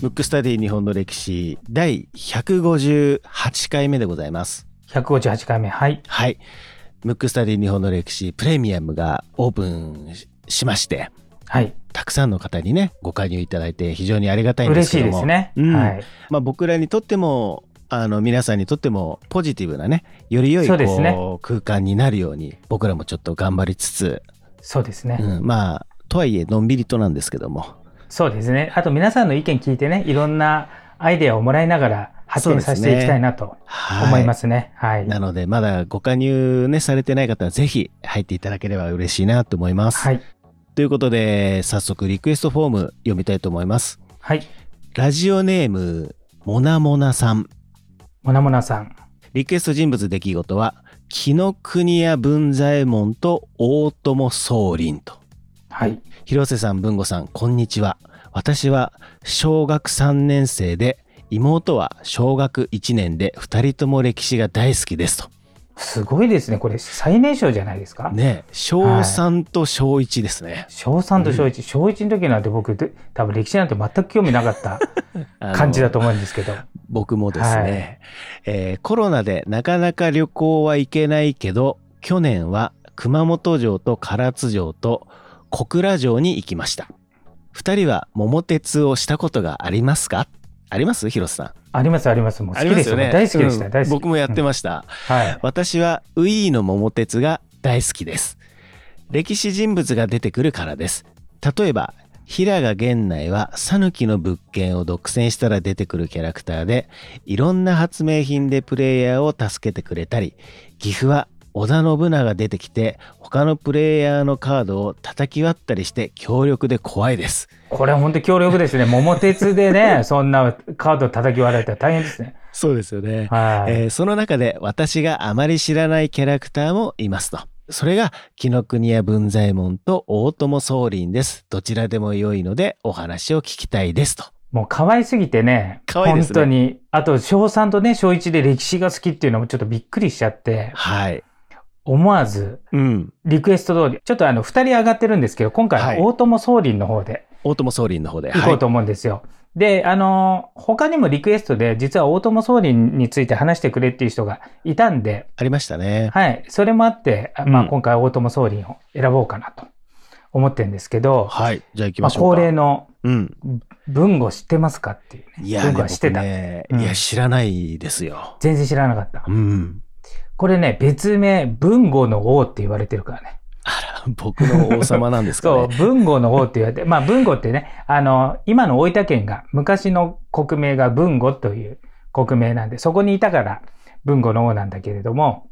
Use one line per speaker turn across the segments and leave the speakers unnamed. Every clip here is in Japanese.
ブックスタディ日本の歴史第158回目でございます。
158回目。はい。
はい。ブックスタディ日本の歴史プレミアムがオープンししまして、
はい。
たくさんの方にね、ご加入いただいて非常にありがたいんで
嬉
すけ
しい
ども。
ですね。
うん
はい。
まあ、僕らにとってもあの皆さんにとってもポジティブなねより良い
そうですね
こう空間になるように僕らもちょっと頑張りつつ、
そうですね。
うん、まあとはいえのんびりとなんですけども
そうですね。あと皆さんの意見聞いてね、いろんなアイデアをもらいながら発展させていきたいなと
は
思いますね。はい。
なのでまだご加入ねされてない方はぜひ入っていただければ嬉しいなと思います、
はい。
ということで早速リクエストフォーム読みたいと思います
はい。
ラジオネームモナモナさん
モナモナさん。
リクエスト人物出来事は紀ノ国屋文左衛門と大友宗麟と
はい。
広瀬さん文吾さんこんにちは私は小学3年生で妹は小学1年で2人とも歴史が大好きですと
すごいですね。これ最年少じゃないですか。
ねえ小3と小1ですね、
小3と小1、小1の時なんて僕で多分歴史なんて全く興味なかった
あの
感じだと思うんですけど。
僕もですね、えーコロナでなかなか旅行は行けないけど去年は熊本城と唐津城と小倉城に行きました2人は桃鉄をしたことがありますかあります広瀬さん
ありますあります。もう好
あり
き
ま
ですす
よ
よ
ね
大好きでした。
うん
大好き。
僕もやって
す。
ました、
はい。
私はウィーの桃鉄が大好きです歴史人物が出てくるからです例えば平賀源内は讃岐の物件を独占したら出てくるキャラクターでいろんな発明品でプレイヤーを助けてくれたり岐阜は織田信長が出てきて他のプレイヤーのカードを叩き割ったりして強力で怖いです
これは本当強力 ですね。桃鉄でね、そんなカード叩き割られたら大変ですね。
そうですよね
はい。
えーその中で私があまり知らないキャラクターもいますと。それが紀ノ国屋文左衛門と大友宗麟です。どちらでも良いのでお話を聞きたいですと。
もう可愛すぎてね。
可愛いですね
本当に。あと、小3とね、小1で歴史が好きっていうのもちょっとびっくりしちゃって、
はい。
思わず、
うん。
リクエスト通り、ちょっとあの、二人上がってるんですけど、今
はい
回は大友宗麟の方で
大友宗麟の方で。
行こうと思うんですよ。で、あのー他にもリクエストで、実は大友宗麟について話してくれっていう人がいたんで、
ありましたね。
はい、それもあって、あまあ
うん
今回大友宗麟を選ぼうかなと思ってるんですけど、
はい。じゃあ行き
ま
ま
あ
しょう
恒
か。
例の
うん。
文語知ってますかっていうね。
いや、
文
ね
語は知ってた。
僕ね
うん
いや、知らないですよ。
全然知らなかった。
うん。
これね、別名、文豪の王って言われてるからね。
あら、僕の王様なんですか
そう、
ね。
文豪の王って言われて、 まあ文豪ってね、あの、今の大分県が、昔の国名が文豪という国名なんで、そこにいたから文豪の王なんだけれども、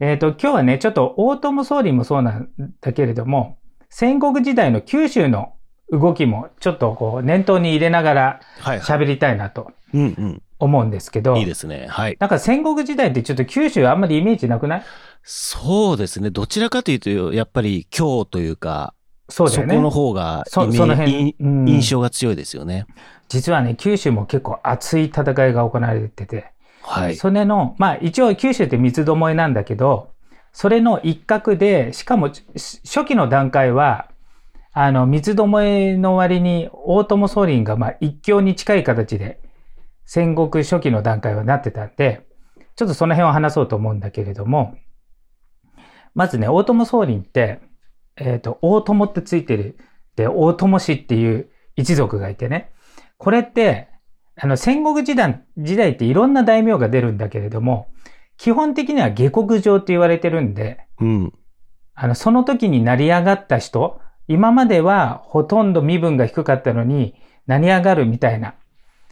えっ、と、今日はね、ちょっと大友総理もそうなんだけれども、戦国時代の九州の動きもちょっとこう念頭に入れながら
はい、はい。
喋りたいなと
うん
思うんですけ
う
ど、
ん。いいですね。はい。
なんか戦国時代ってちょっと九州あんまりイメージなくない
そうですね。どちらかというと、やっぱり今日というか、
そうだ
そ
よね。
この方がイメ
そ
ージ
その辺、
い
うん
印象が強いですよね。
実はね九州も結構熱い戦いが行われてて、
はい。
それのまあ一応九州って三つどもえなんだけどそれの一角でしかもし初期の段階はあの三つどもえの割に大友宗麟がまあ一強に近い形で戦国初期の段階はなってたんでちょっとその辺を話そうと思うんだけれどもまずね大友宗麟って、えっと大友ってついてるで大友氏っていう一族がいてねこれってあの戦国時代時代っていろんな大名が出るんだけれども基本的には下克上って言われてるんで
うん。
あの、その時に成り上がった人、今まではほとんど身分が低かったのに、成り上がるみたいな、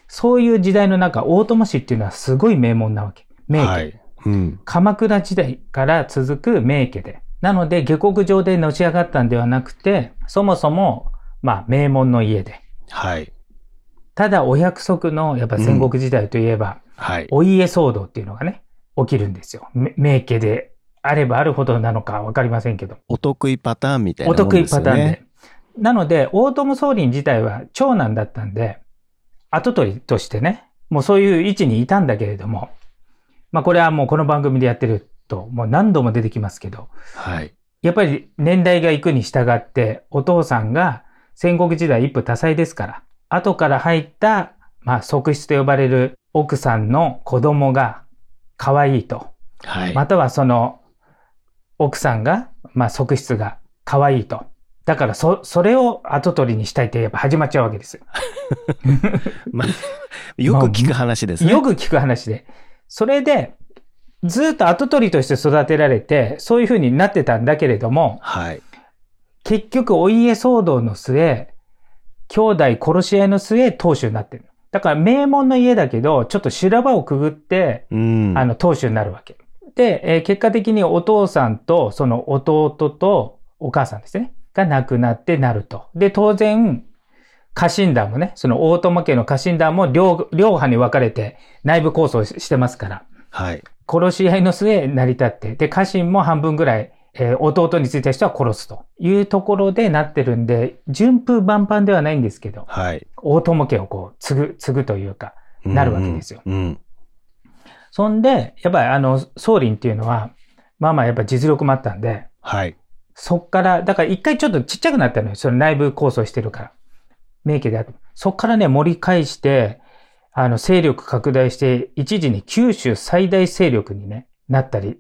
そういう時代の中、大友氏っていうのはすごい名門なわけ。名家。
はい。うん。
鎌倉時代から続く名家で。なので、下克上でのし上がったんではなくて、そもそも、まあ、名門の家で。
はい。
ただ、お約束の、やっぱ戦国時代といえば、
はい。
お家騒動っていうのがね、起きるんですよ。め名家であればあるほどなのかわかりませんけど。
お得意パターンみたい
お
なもん
得意
ですよね。
パターンで。なので、大友総理自体は長男だったんで、跡取りとしてね、もうそういう位置にいたんだけれども、まあこれはもうこの番組でやってると、もう何度も出てきますけど、
はい。
やっぱり年代が行くに従って、お父さんが戦国時代一夫多妻ですから、後から入った、まあ、側室と呼ばれる奥さんの子供が可愛いと。
はい。
またはその、奥さんが、まあ、側室が可愛いと。だから、そ、それを後取りにしたいってやっぱ始まっちゃうわけですよ。
まあ、よく聞く話ですね。
よく聞く話で。それで、ずっと後取りとして育てられて、そういう風になってたんだけれども、
はい。
結局お家騒動の末、兄弟殺し合いの末、当主になってる。だから名門の家だけど、ちょっと修羅場をくぐって、
うん。
あの、当主になるわけ。で、えー結果的にお父さんと、その弟とお母さんですね、が亡くなってなると。で、当然、家臣団もね、その大友家の家臣団も両、両派に分かれて内部抗争ししてますから、
はい。
殺し合いの末成り立って、で、家臣も半分ぐらい、えー弟についた人は殺すというところでなってるんで、順風万般ではないんですけど、
はい。
大友家をこう、継ぐ、継ぐというか、なるわけですよ
うん。うん。
そんで、やっぱりあの、宗麟っていうのは、まあまあやっぱ実力もあったんで、
はい。
そっから、だから一回ちょっとちっちゃくなったのよ。その内部構想してるから。名家である。そっからね、盛り返して、あの、勢力拡大して、一時に九州最大勢力にね、なったり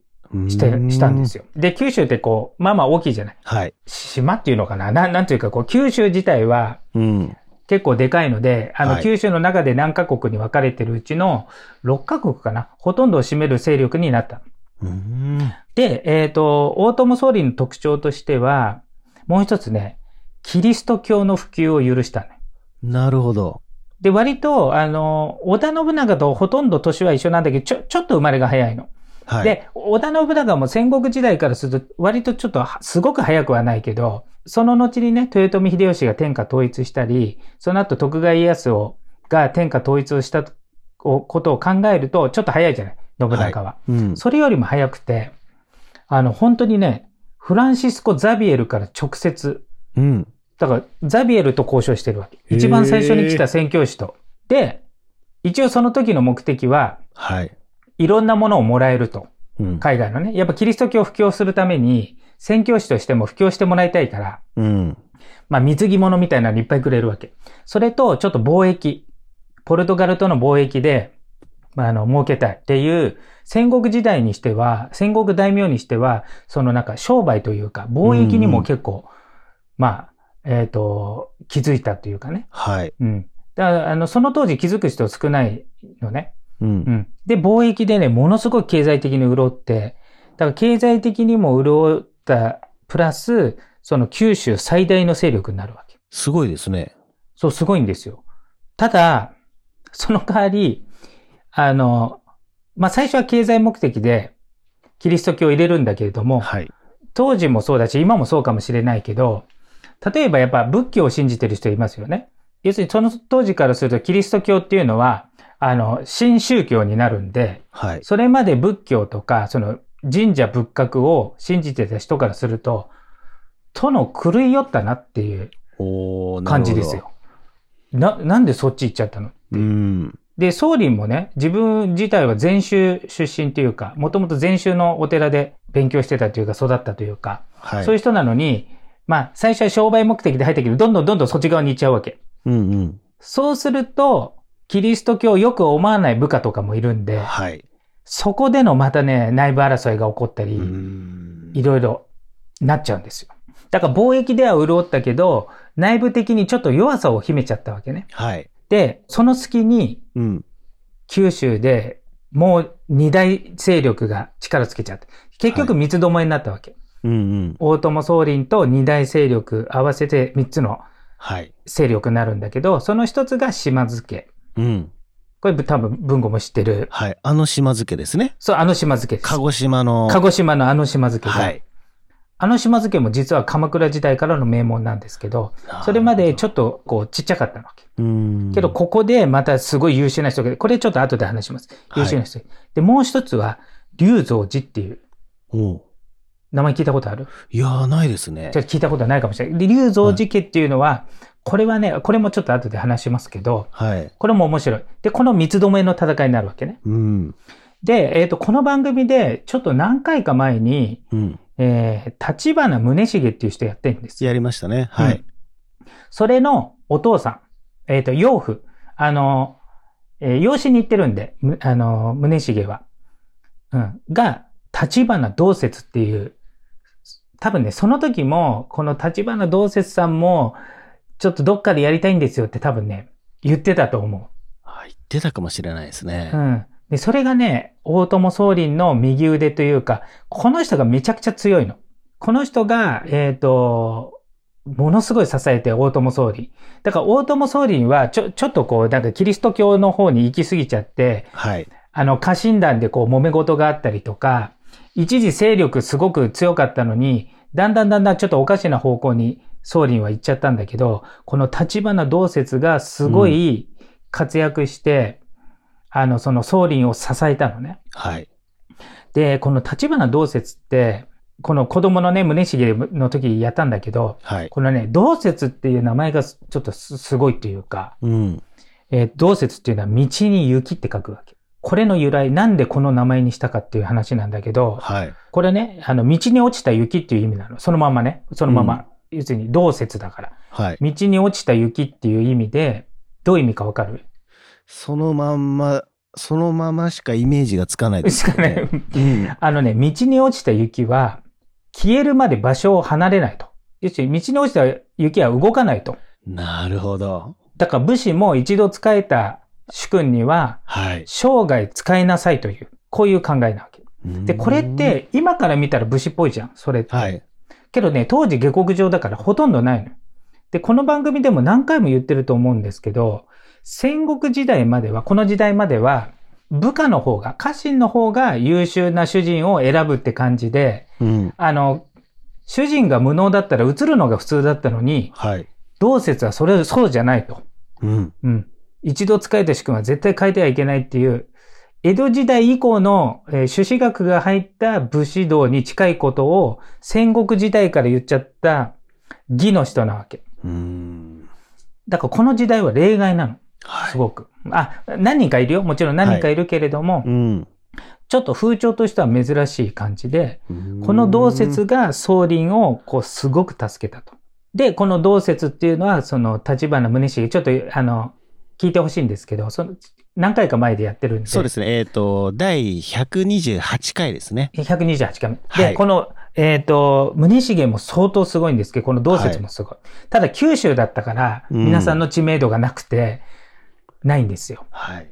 して、したんです
よ。
よ。で、九州ってこう、まあまあ大きいじゃない。
はい。
島っていうのかななん、なんというかこう、九州自体は
うん。
結構でかいので、あ
は
の、
い
九州の中で何カ国に分かれてるうちの6カ国かなほとんどを占める勢力になった。
うん。
で、えっ、と、大友総理の特徴としては、もう一つね、キリスト教の普及を許したのよ
なるほど。
で、割と、あの、織田信長とほとんど年は一緒なんだけど、ちょ、ちょっと生まれが早いの。
はい。
で、織田信長も戦国時代からすると、割とちょっとは、すごく早くはないけど、その後にね、豊臣秀吉が天下統一したり、その後徳川家康を、が天下統一をしたこことを考えると、ちょっと早いじゃない信長は。
うん。
それよりも早くて、あの、本当にね、フランシスコ・ザビエルから直接、
うん。
だから、ザビエルと交渉してるわ
へー
け。一番最初に来た宣教師と。で、一応その時の目的は、
はい。
いろんなものをもらえると。
うん。
海外のね。やっぱキリスト教を布教するために、宣教師としても布教してもらいたいから、
うん。
まあ、水着物みたいなのいっぱいくれるわけ。それと、ちょっと貿易。ポルトガルとの貿易で、まあ、あの、儲けたいっていう、戦国時代にしては、戦国大名にしては、そのなんか商売というか、貿易にも結構、まあ、えっ、と、気づいたというかね。
はい。
うん。だから、あの、その当時気づく人少ないのね。
う。
うんん。で、貿易でね、ものすごく経済的に潤って、だから経済的にも潤った、プラス、その九州最大の勢力になるわけ。
すごいですね。
そう、すごいんですよ。ただ、その代わり、あの、まあ、最初は経済目的で、キリスト教を入れるんだけれども、
はい。
当時もそうだし、今もそうかもしれないけど、例えばやっぱ仏教を信じてる人いますよね。要するにその当時からするとキリスト教っていうのは、あの、新宗教になるんで、
はい。
それまで仏教とか、その神社仏閣を信じてた人からすると、との狂い寄ったなっていう
おーなるほど
感じです。よ。な、なんでそっち行っちゃったの
うん。
で、宗林もね、自分自体は禅宗出身というか、もともと禅宗のお寺で勉強してたというか、育ったというか、
はい。
そういうう人なのに、まあ、最初は商売目的で入ったけど、どんどんどんどんそっち側に行っちゃうわけ。
んうん。
そうすると、キリスト教をよく思わない部下とかもいるんで、
はい。
そこでのまたね、内部争いが起こったり、
うん
いろいろなっちゃうんですよ。だから貿易では潤ったけど、内部的にちょっと弱さを秘めちゃったわけね。
はい。
で、その隙に
うん。
九州でもう二大勢力が力つけちゃって、結局三つどもえになったわけ。
うんうん。
大友宗麟と二大勢力合わせて三つの
はい。
勢力になるんだけど、その一つが島津家。
うん。
これ多分文豪も知ってる。
はい。あの島漬けですね。
そう、あの島津家です。
鹿児島の。
鹿児島のあの島津家が、
はい。
あの島津家も実は鎌倉時代からの名門なんですけど、それまでち
ょっ
ょっとこうちっちゃかったわけ。
と。うん。
けど、ここでまたすごい優秀な人が、これちょっと後で話します。優秀な人。で、もう一つは、龍造寺っていう、
おう
名前聞いたことある
いやー、ないですね
ちょ。っと聞いたことはないかもしれない。で、龍造寺家っていうのは、これはね、これもちょっと後で話しますけど、
はい。
これも面白い。で、この三つどもえの戦いになるわけね。
うん。
で、えっ、と、この番組で、ちょっと何回か前に、
うん。
えー、立花宗茂っていう人やってるんですよ。
やりましたね。はい。
それのお父さん、えっ、と、養父、あの、えー養子に行ってるんで、むあの、宗茂は。うん。が、立花道節っていう、多分ね、その時も、この立花道節さんも、ちょっとどっかでやりたいんですよって多分ね、言ってたと思
あ言ってたかもしれないですね
う。う。ん。で、それがね、大友宗麟の右腕というか、この人がめちゃくちゃ強いの。この人が、えっ、と、ものすごい支えて大友宗麟。だから大友宗麟は、ちょ、ちょっとこう、なんかキリスト教の方に行き過ぎちゃって、
はい。
あの、家臣団でこう、揉め事があったりとか、一時勢力すごく強かったのに、だんだんだんだんちょっとおかしな方向に宗麟は行っちゃったんだけど、この立花道節がすごい活躍して、あの、その宗麟を支えたのね。
はい。
で、この立花道節って、この子供のね、宗茂の時やったんだけど、
はい。
このね、道節っていう名前がすちょっとすすごいっていうか、
うん。
えー道節っていうのは道に雪って書くわけ。これの由来、なんでこの名前にしたかっていう話なんだけど、
はい。
これね、あの、道に落ちた雪っていう意味なの。そのまんまね。そのまま。要するに、道節だから。
はい。
道に落ちた雪っていう意味で、どういう意味かわかる
そのまんま、そのまましかイメージがつかない です
しかね、
うん。
あのね、道に落ちた雪は、消えるまで場所を離れないと。要するに、道に落ちた雪は動かないと。
なるほど。
だから武士も一度使えた主君には、
はい。
生涯使いなさいという、こういう考えなわけ。で、これっ
うん、
て、今から見たら武士っぽいじゃん、それって。
はい。
けどね、当時下克上だからほとんどないの。で、この番組でも何回も言ってると思うんですけど、戦国時代までは、この時代までは、部下の方が、家臣の方が優秀な主人を選ぶって感じで、
うん。
あの、主人が無能だったら移るのが普通だったのに、
はい。
同説はそれ、そうじゃないと。
うん。
うん。一度使えた主君は絶対変えてはいけないっていう、江戸時代以降の、えー朱子学が入った武士道に近いことを戦国時代から言っちゃった義の人なわけ。
うん。
だからこの時代は例外なの。
は
す
い。
ごく。あ、何人かいるよ。もちろん何人かいるけれども、
うん。
ちょっと風潮としては珍しい感じで、こ
こ
の同説が宗麟をこうすごく助けたと。で、この同説っていうのは、その立花宗茂、ちょっとあの、聞いてほしいんですけど、その、何回か前でやってるんで。
そうですね。えっ、と、第128回ですね。
128回目。
は
で、
い
この、えっ、と、宗茂も相当すごいんですけど、この同説もすごい。ただ、九州だったから、
うん
皆さんの知名度がなくて、ないんですよ。
はい。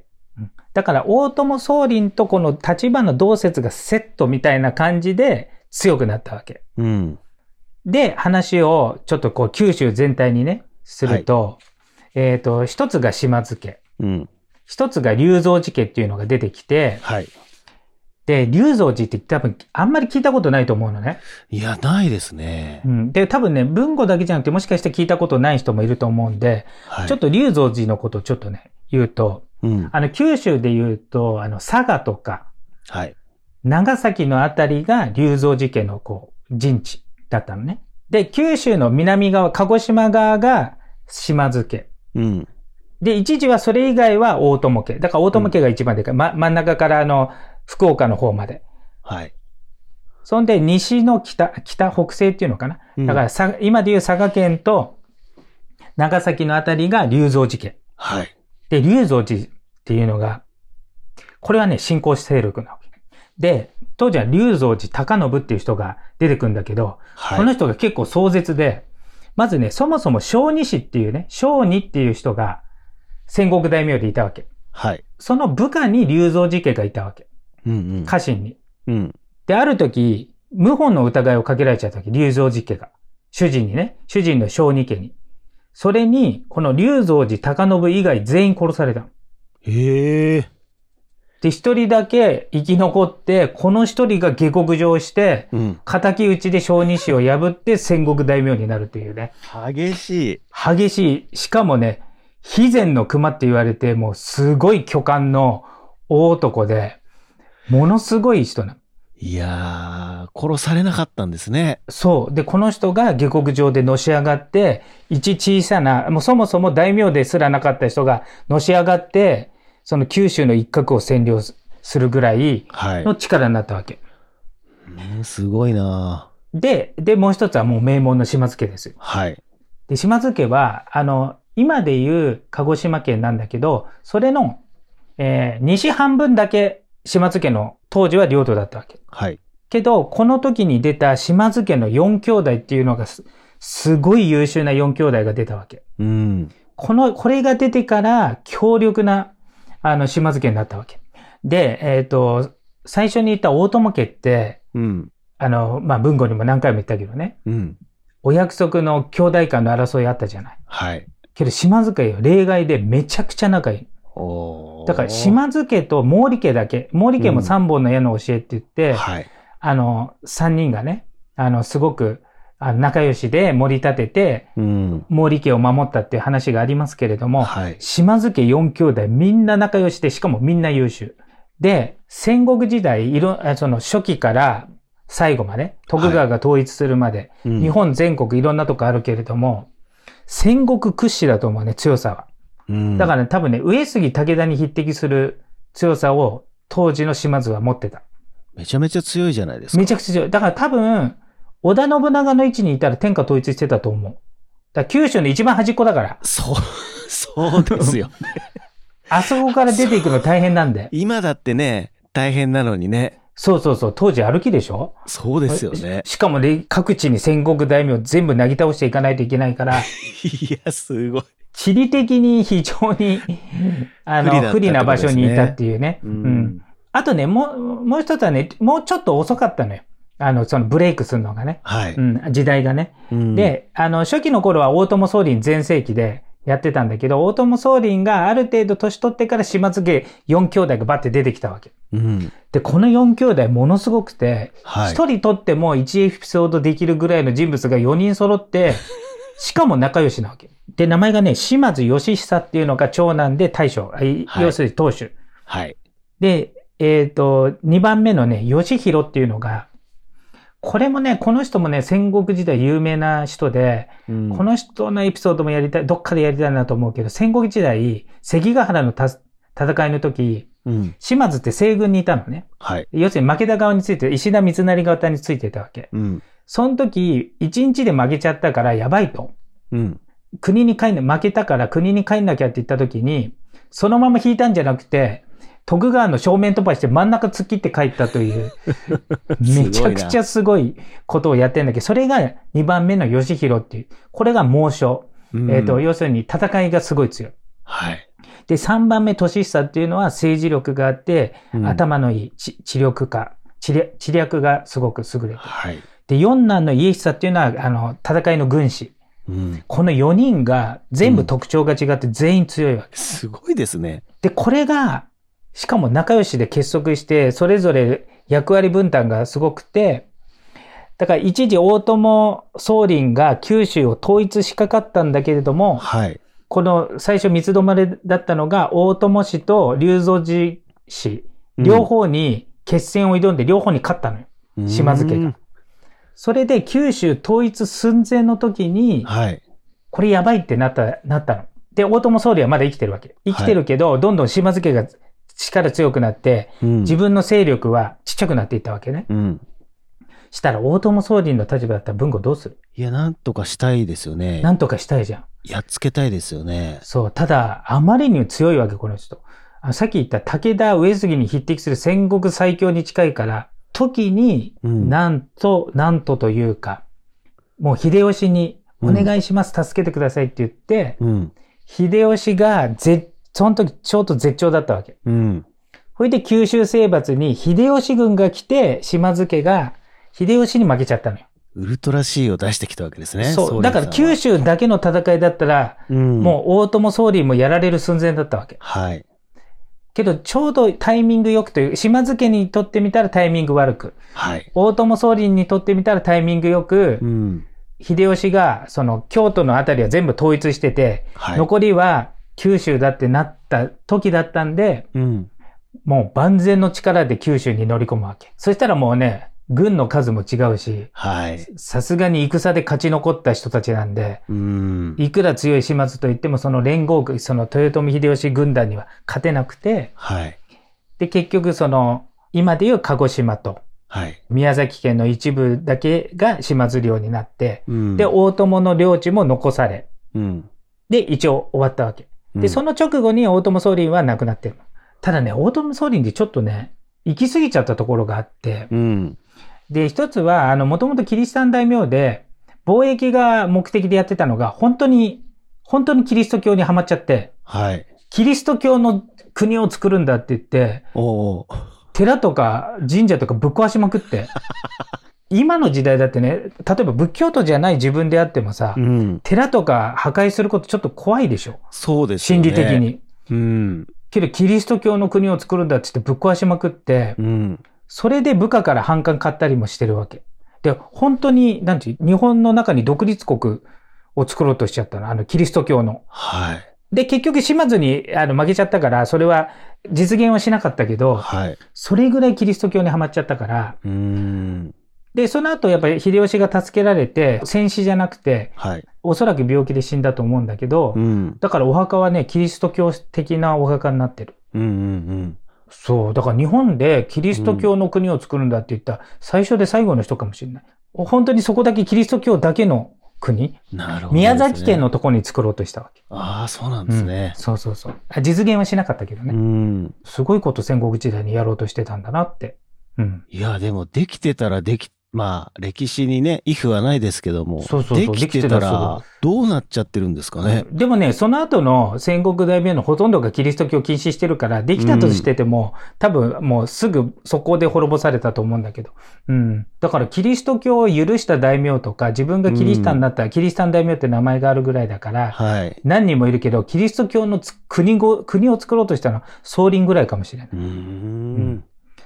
だから、大友宗麟とこの立花同説がセットみたいな感じで強くなったわけ。
うん。
で、話をちょっとこう九州全体にね、すると、えっ、と、一つが島津家、
うん。
一つが龍造寺家っていうのが出てきて、
はい。
で、龍造寺って多分あんまり聞いたことないと思うのね。
いや、ないですね
う。ん。で、多分ね、文語だけじゃなくてもしかして聞いたことない人もいると思うんで、
はい。
ちょっと龍造寺のことをちょっとね、言うと、
うん。
あの、九州で言うと、あの、佐賀とか、
はい。
長崎のあたりが龍造寺家のこう、陣地だったのね。で、九州の南側、鹿児島側が島津家。
うん。
で、一時はそれ以外は大友家。だから大友家が一番でかい。ま、真ん中からあの、福岡の方まで。
はい。
そんで、西の北、北北西っていうのかな。
うん
だからさ、今でいう佐賀県と、長崎のあたりが龍造寺家。
はい。
で、龍造寺っていうのが、これはね、新興勢力なわけ。で、当時は龍造寺高信っていう人が出てくるんだけど、
はい。
この人が結構壮絶で、まずね、そもそも小二氏っていうね、小二っていう人が戦国大名でいたわけ。
はい。
その部下に龍造寺家がいたわけ。
うんうん。
家臣に。
うん。
で、ある時、謀反の疑いをかけられちゃった時、龍造寺家が。主人にね、主人の小二家に。それに、この龍造寺高信以外全員殺されたの。
へえ。
で、一人だけ生き残って、この一人が下克上して、
うん。
敵討ちで小児氏を破って戦国大名になるというね、
激しい。
激しい、しかもね、肥前の熊って言われて、もうすごい巨漢の大男で、ものすごい人なの。
いやー、殺されなかったんですね。
そう。で、この人が下克上でのし上がって、一小さな、もうそもそも大名ですらなかった人がのし上がって、その九州の一角を占領すするぐらい
はい。
の力になったわけ。
うんすごいな
で、で、もう一つはもう名門の島津家です。
はい。
で、島津家は、あの、今でいう鹿児島県なんだけど、それの、えー西半分だけ島津家の当時は領土だったわけ。
はい。
けど、この時に出た島津家の4兄弟っていうのがす、すごい優秀な4兄弟が出たわけ。
うん。
この、これが出てから強力な、あの、島津家になったわけ。で、えっ、と、最初に言った大友家って、
うん。
あの、まあ、文豪にも何回も言ったけどね、
うん。
お約束の兄弟間の争いあったじゃない。
はい。
けど、島津家は例外でめちゃくちゃ仲いい。
おー
だから、島津家と毛利家だけ、毛利家も3本の矢の教えって言って、
はい。
あの、3人がね、あの、すごく、あの仲良しで盛り立てて、
うん。
毛利家を守ったっていう話がありますけれども、
はい。
島津家4兄弟みんな仲良しで、しかもみんな優秀。で、戦国時代、いろ、あその初期から最後まで、徳川が統一するまで、
日
日本全国いろんなとこあるけれども、戦国屈指だと思うね、強さは。
本、
だかららね、多分ね、上杉武田に匹敵する強さを当時の島津は持ってた。
めちゃめちゃ強いじゃないですか。
めちゃくちゃ強い。だから多分、織田信長の位置にいたら天下統一してたと思う。だから九州の一番端っこだから、
そう、 そうです よ。
あそこから出ていくの大変なんで。
今だってね、大変なのにね。
そうそうそう、当時歩きでしょ
そうですよね。
しかもね、各地に戦国大名全部なぎ倒していかないといけない から、
いや、すごい。
地理的に非常に、あ
不利だったってことです
の、
ね
不利な場所にいたっていうね。
う
うん。あとね、もう、もう一つはね、もうちょっと遅かったのよ。あの、そのブレイクするのがね。
はい。
うん、時代がね。
うん、
で、あの、初期の頃は大友宗麟全盛期でやってたんだけど、大友宗麟がある程度年取ってから島津家4兄弟がバッて出てきたわけ。
うん。
で、この4兄弟ものすごくて、
はい。
一人取っても1エピソードできるぐらいの人物が4人 揃って、しかも仲良しなわけ。で、名前がね、島津義久っていうのが長男で大将、あい
はい
要するに当主。
はい。
で、えっ、と、2番目のね、義弘っていうのが、これもね、この人もね、戦国時代有名な人で、
うん
この人のエピソードもやりたい、どっかでやりたいなと思うけど、戦国時代、関ヶ原のた戦いの時、
うん。
島津って西軍にいたのね。
はい。
要するに負けた側について、石田三成側についていたわけ。
うん。
その時、一日で負けちゃったからやばいと。
うん。
国に帰んな、負けたから国に帰んなきゃって言った時に、そのまま引いたんじゃなくて、徳川の正面突破して真ん中突っ切って帰った という、めちゃくちゃすごいことをやってんだけど、それが2番目の義弘っていう、これが猛将。えっ、と、
うん
要するに戦いがすごい強い。
はい。
で、3番目、年下っていうのは政治力があって、
うん。
頭のいい、知知力家、知略知略がすごく優れてる。
はい。
で、四男の家久っていうのは、あの、戦いの軍師。
うん。
この4人が全部特徴が違って全員強いわけ。
すごいですね。
で、これが、しかも仲良しで結束して、それぞれ役割分担がすごくて、だから一時大友宗麟が九州を統一しかかったんだけれども、
はい。
この最初三つ止まれだったのが大友氏と龍造寺氏、両方に決戦を挑んで両方に勝ったのよ。
うん
島津家が
うん
それで九州統一寸前の時に、
はい。
これやばいってなった、なったの。で、大友総理はまだ生きてるわけ。生きてるけど、どんどん島津家が力強くなって、
自
自分の勢力はちっちゃくなっていったわけね。
分。うん。
したら大友総理の立場だったら文庫どうする
いや、なんとかしたいですよね。
なんとかしたいじゃん。
やっつけたいですよね。
そう。ただ、あまりにも強いわけ、この人。あさっき言った武田上杉に匹敵する戦国最強に近いから、時に、
うん
なんと、なんとというか、もう秀吉に、お願いします、助けてくださいって言って、
うん。
秀吉が絶、その時ちょうど絶頂だったわけ。
うん。
それで九州征伐に秀吉軍が来て、島津家が秀吉に負けちゃったのよ。
ウルトラ C を出してきたわけですね。
そう。だから九
州、
州だけの戦いだったら、
うん
もう大友総理もやられる寸前だったわけ。
はい。
けど、ちょうどタイミングよくという、島津家にとってみたらタイミング悪く、
はい。
大友総理にとってみたらタイミングよく、
うん。
秀吉が、その、京都のあたりは全部統一してて、
はい。
残りは九州だってなった時だったんで、
うん。
もう万全の力で九州に乗り込むわけ。そしたらもうね、軍の数も違うし、
はい。
さすがに戦で勝ち残った人たちなんで、
うん。
いくら強い島津といってもその連合軍、その豊臣秀吉軍団には勝てなくて、
はい。
で、結局その、今でいう鹿児島と
はい。
宮崎県の一部だけが島津領になって、
うん
で、大友の領地も残され、
うん。
で、一応終わったわけ。
う
で、
ん
その直後に大友総理は亡くなってる。ただね、大友総理でちょっとね、行き過ぎちゃったところがあって、
うん。
で、一つは、あの、もともとキリシタン大名で、貿易が目的でやってたのが、本当に、本当にキリスト教にはまっちゃって、
はい。
キリスト教の国を作るんだって言って、
おお。
寺とか神社とかぶっ壊しまくって、今の時代だってね、例えば仏教徒じゃない自分であってもさ、
うん。
寺とか破壊することちょっと怖いでしょ
そうですよ
心
ね。
理的。に。
うん。
けどキリスト教の国を作るんだって言ってぶっ壊しまくって、
うん。
それで部下から反感買ったりもしてるわけ。で、本当に、なんていう、日本の中に独立国を作ろうとしちゃったの。あの、キリスト教の。
はい。
で、結局島津にあの負けちゃったから、それは実現はしなかったけど、
はい。
それぐらいキリスト教にはまっちゃったから、
うん。
で、その後やっぱり秀吉が助けられて、戦死じゃなくて、
はい。
おそらく病気で死んだと思うんだけど、
うん。
だからお墓はね、キリスト教的なお墓になってる。
うんうんうん。
そう。だから日本でキリスト教の国を作るんだって言った、最初で最後の人かもしれない。本当にそこだけキリスト教だけの国、
なるほど、
宮崎県
の。
のところに作ろうとしたわけ。
ああ、そうなんですね
うん。そうそうそう。あ実現はしなかったけど
う
ね。
ん。
すごいこと戦国時代にやろうとしてたんだなって。うん。
いや、でもできてたらでき、まあ、歴史にね、イフはないですけども、
そうそうそ
で
う
きてた
できてたら
ら、どうなっちゃってるんですかね。
でもね、その後の戦国大名のほとんどがキリスト教を禁止してるから、できたとしてても、多分もうすぐ速攻で滅ぼされたと思うんだけど。うん。だからキリスト教を許した大名とか、自分がキリシタンになったら、キリシタン大名って名前があるぐらいだから、
はい。
何人もいるけど、キリスト教のつ国ご国を作ろうとしたのは、総輪ぐらいかもしれない。
うー
うん
ん。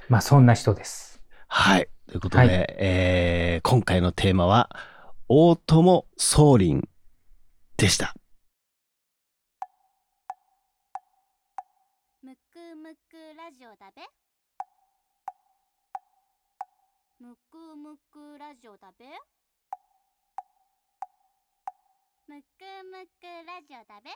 まあそんな人です。
はい。ということで、
はい
えー今回のテーマは、大友宗林でした。
むくむくラジオだべむくむくラジオだべむくむくラジオだべ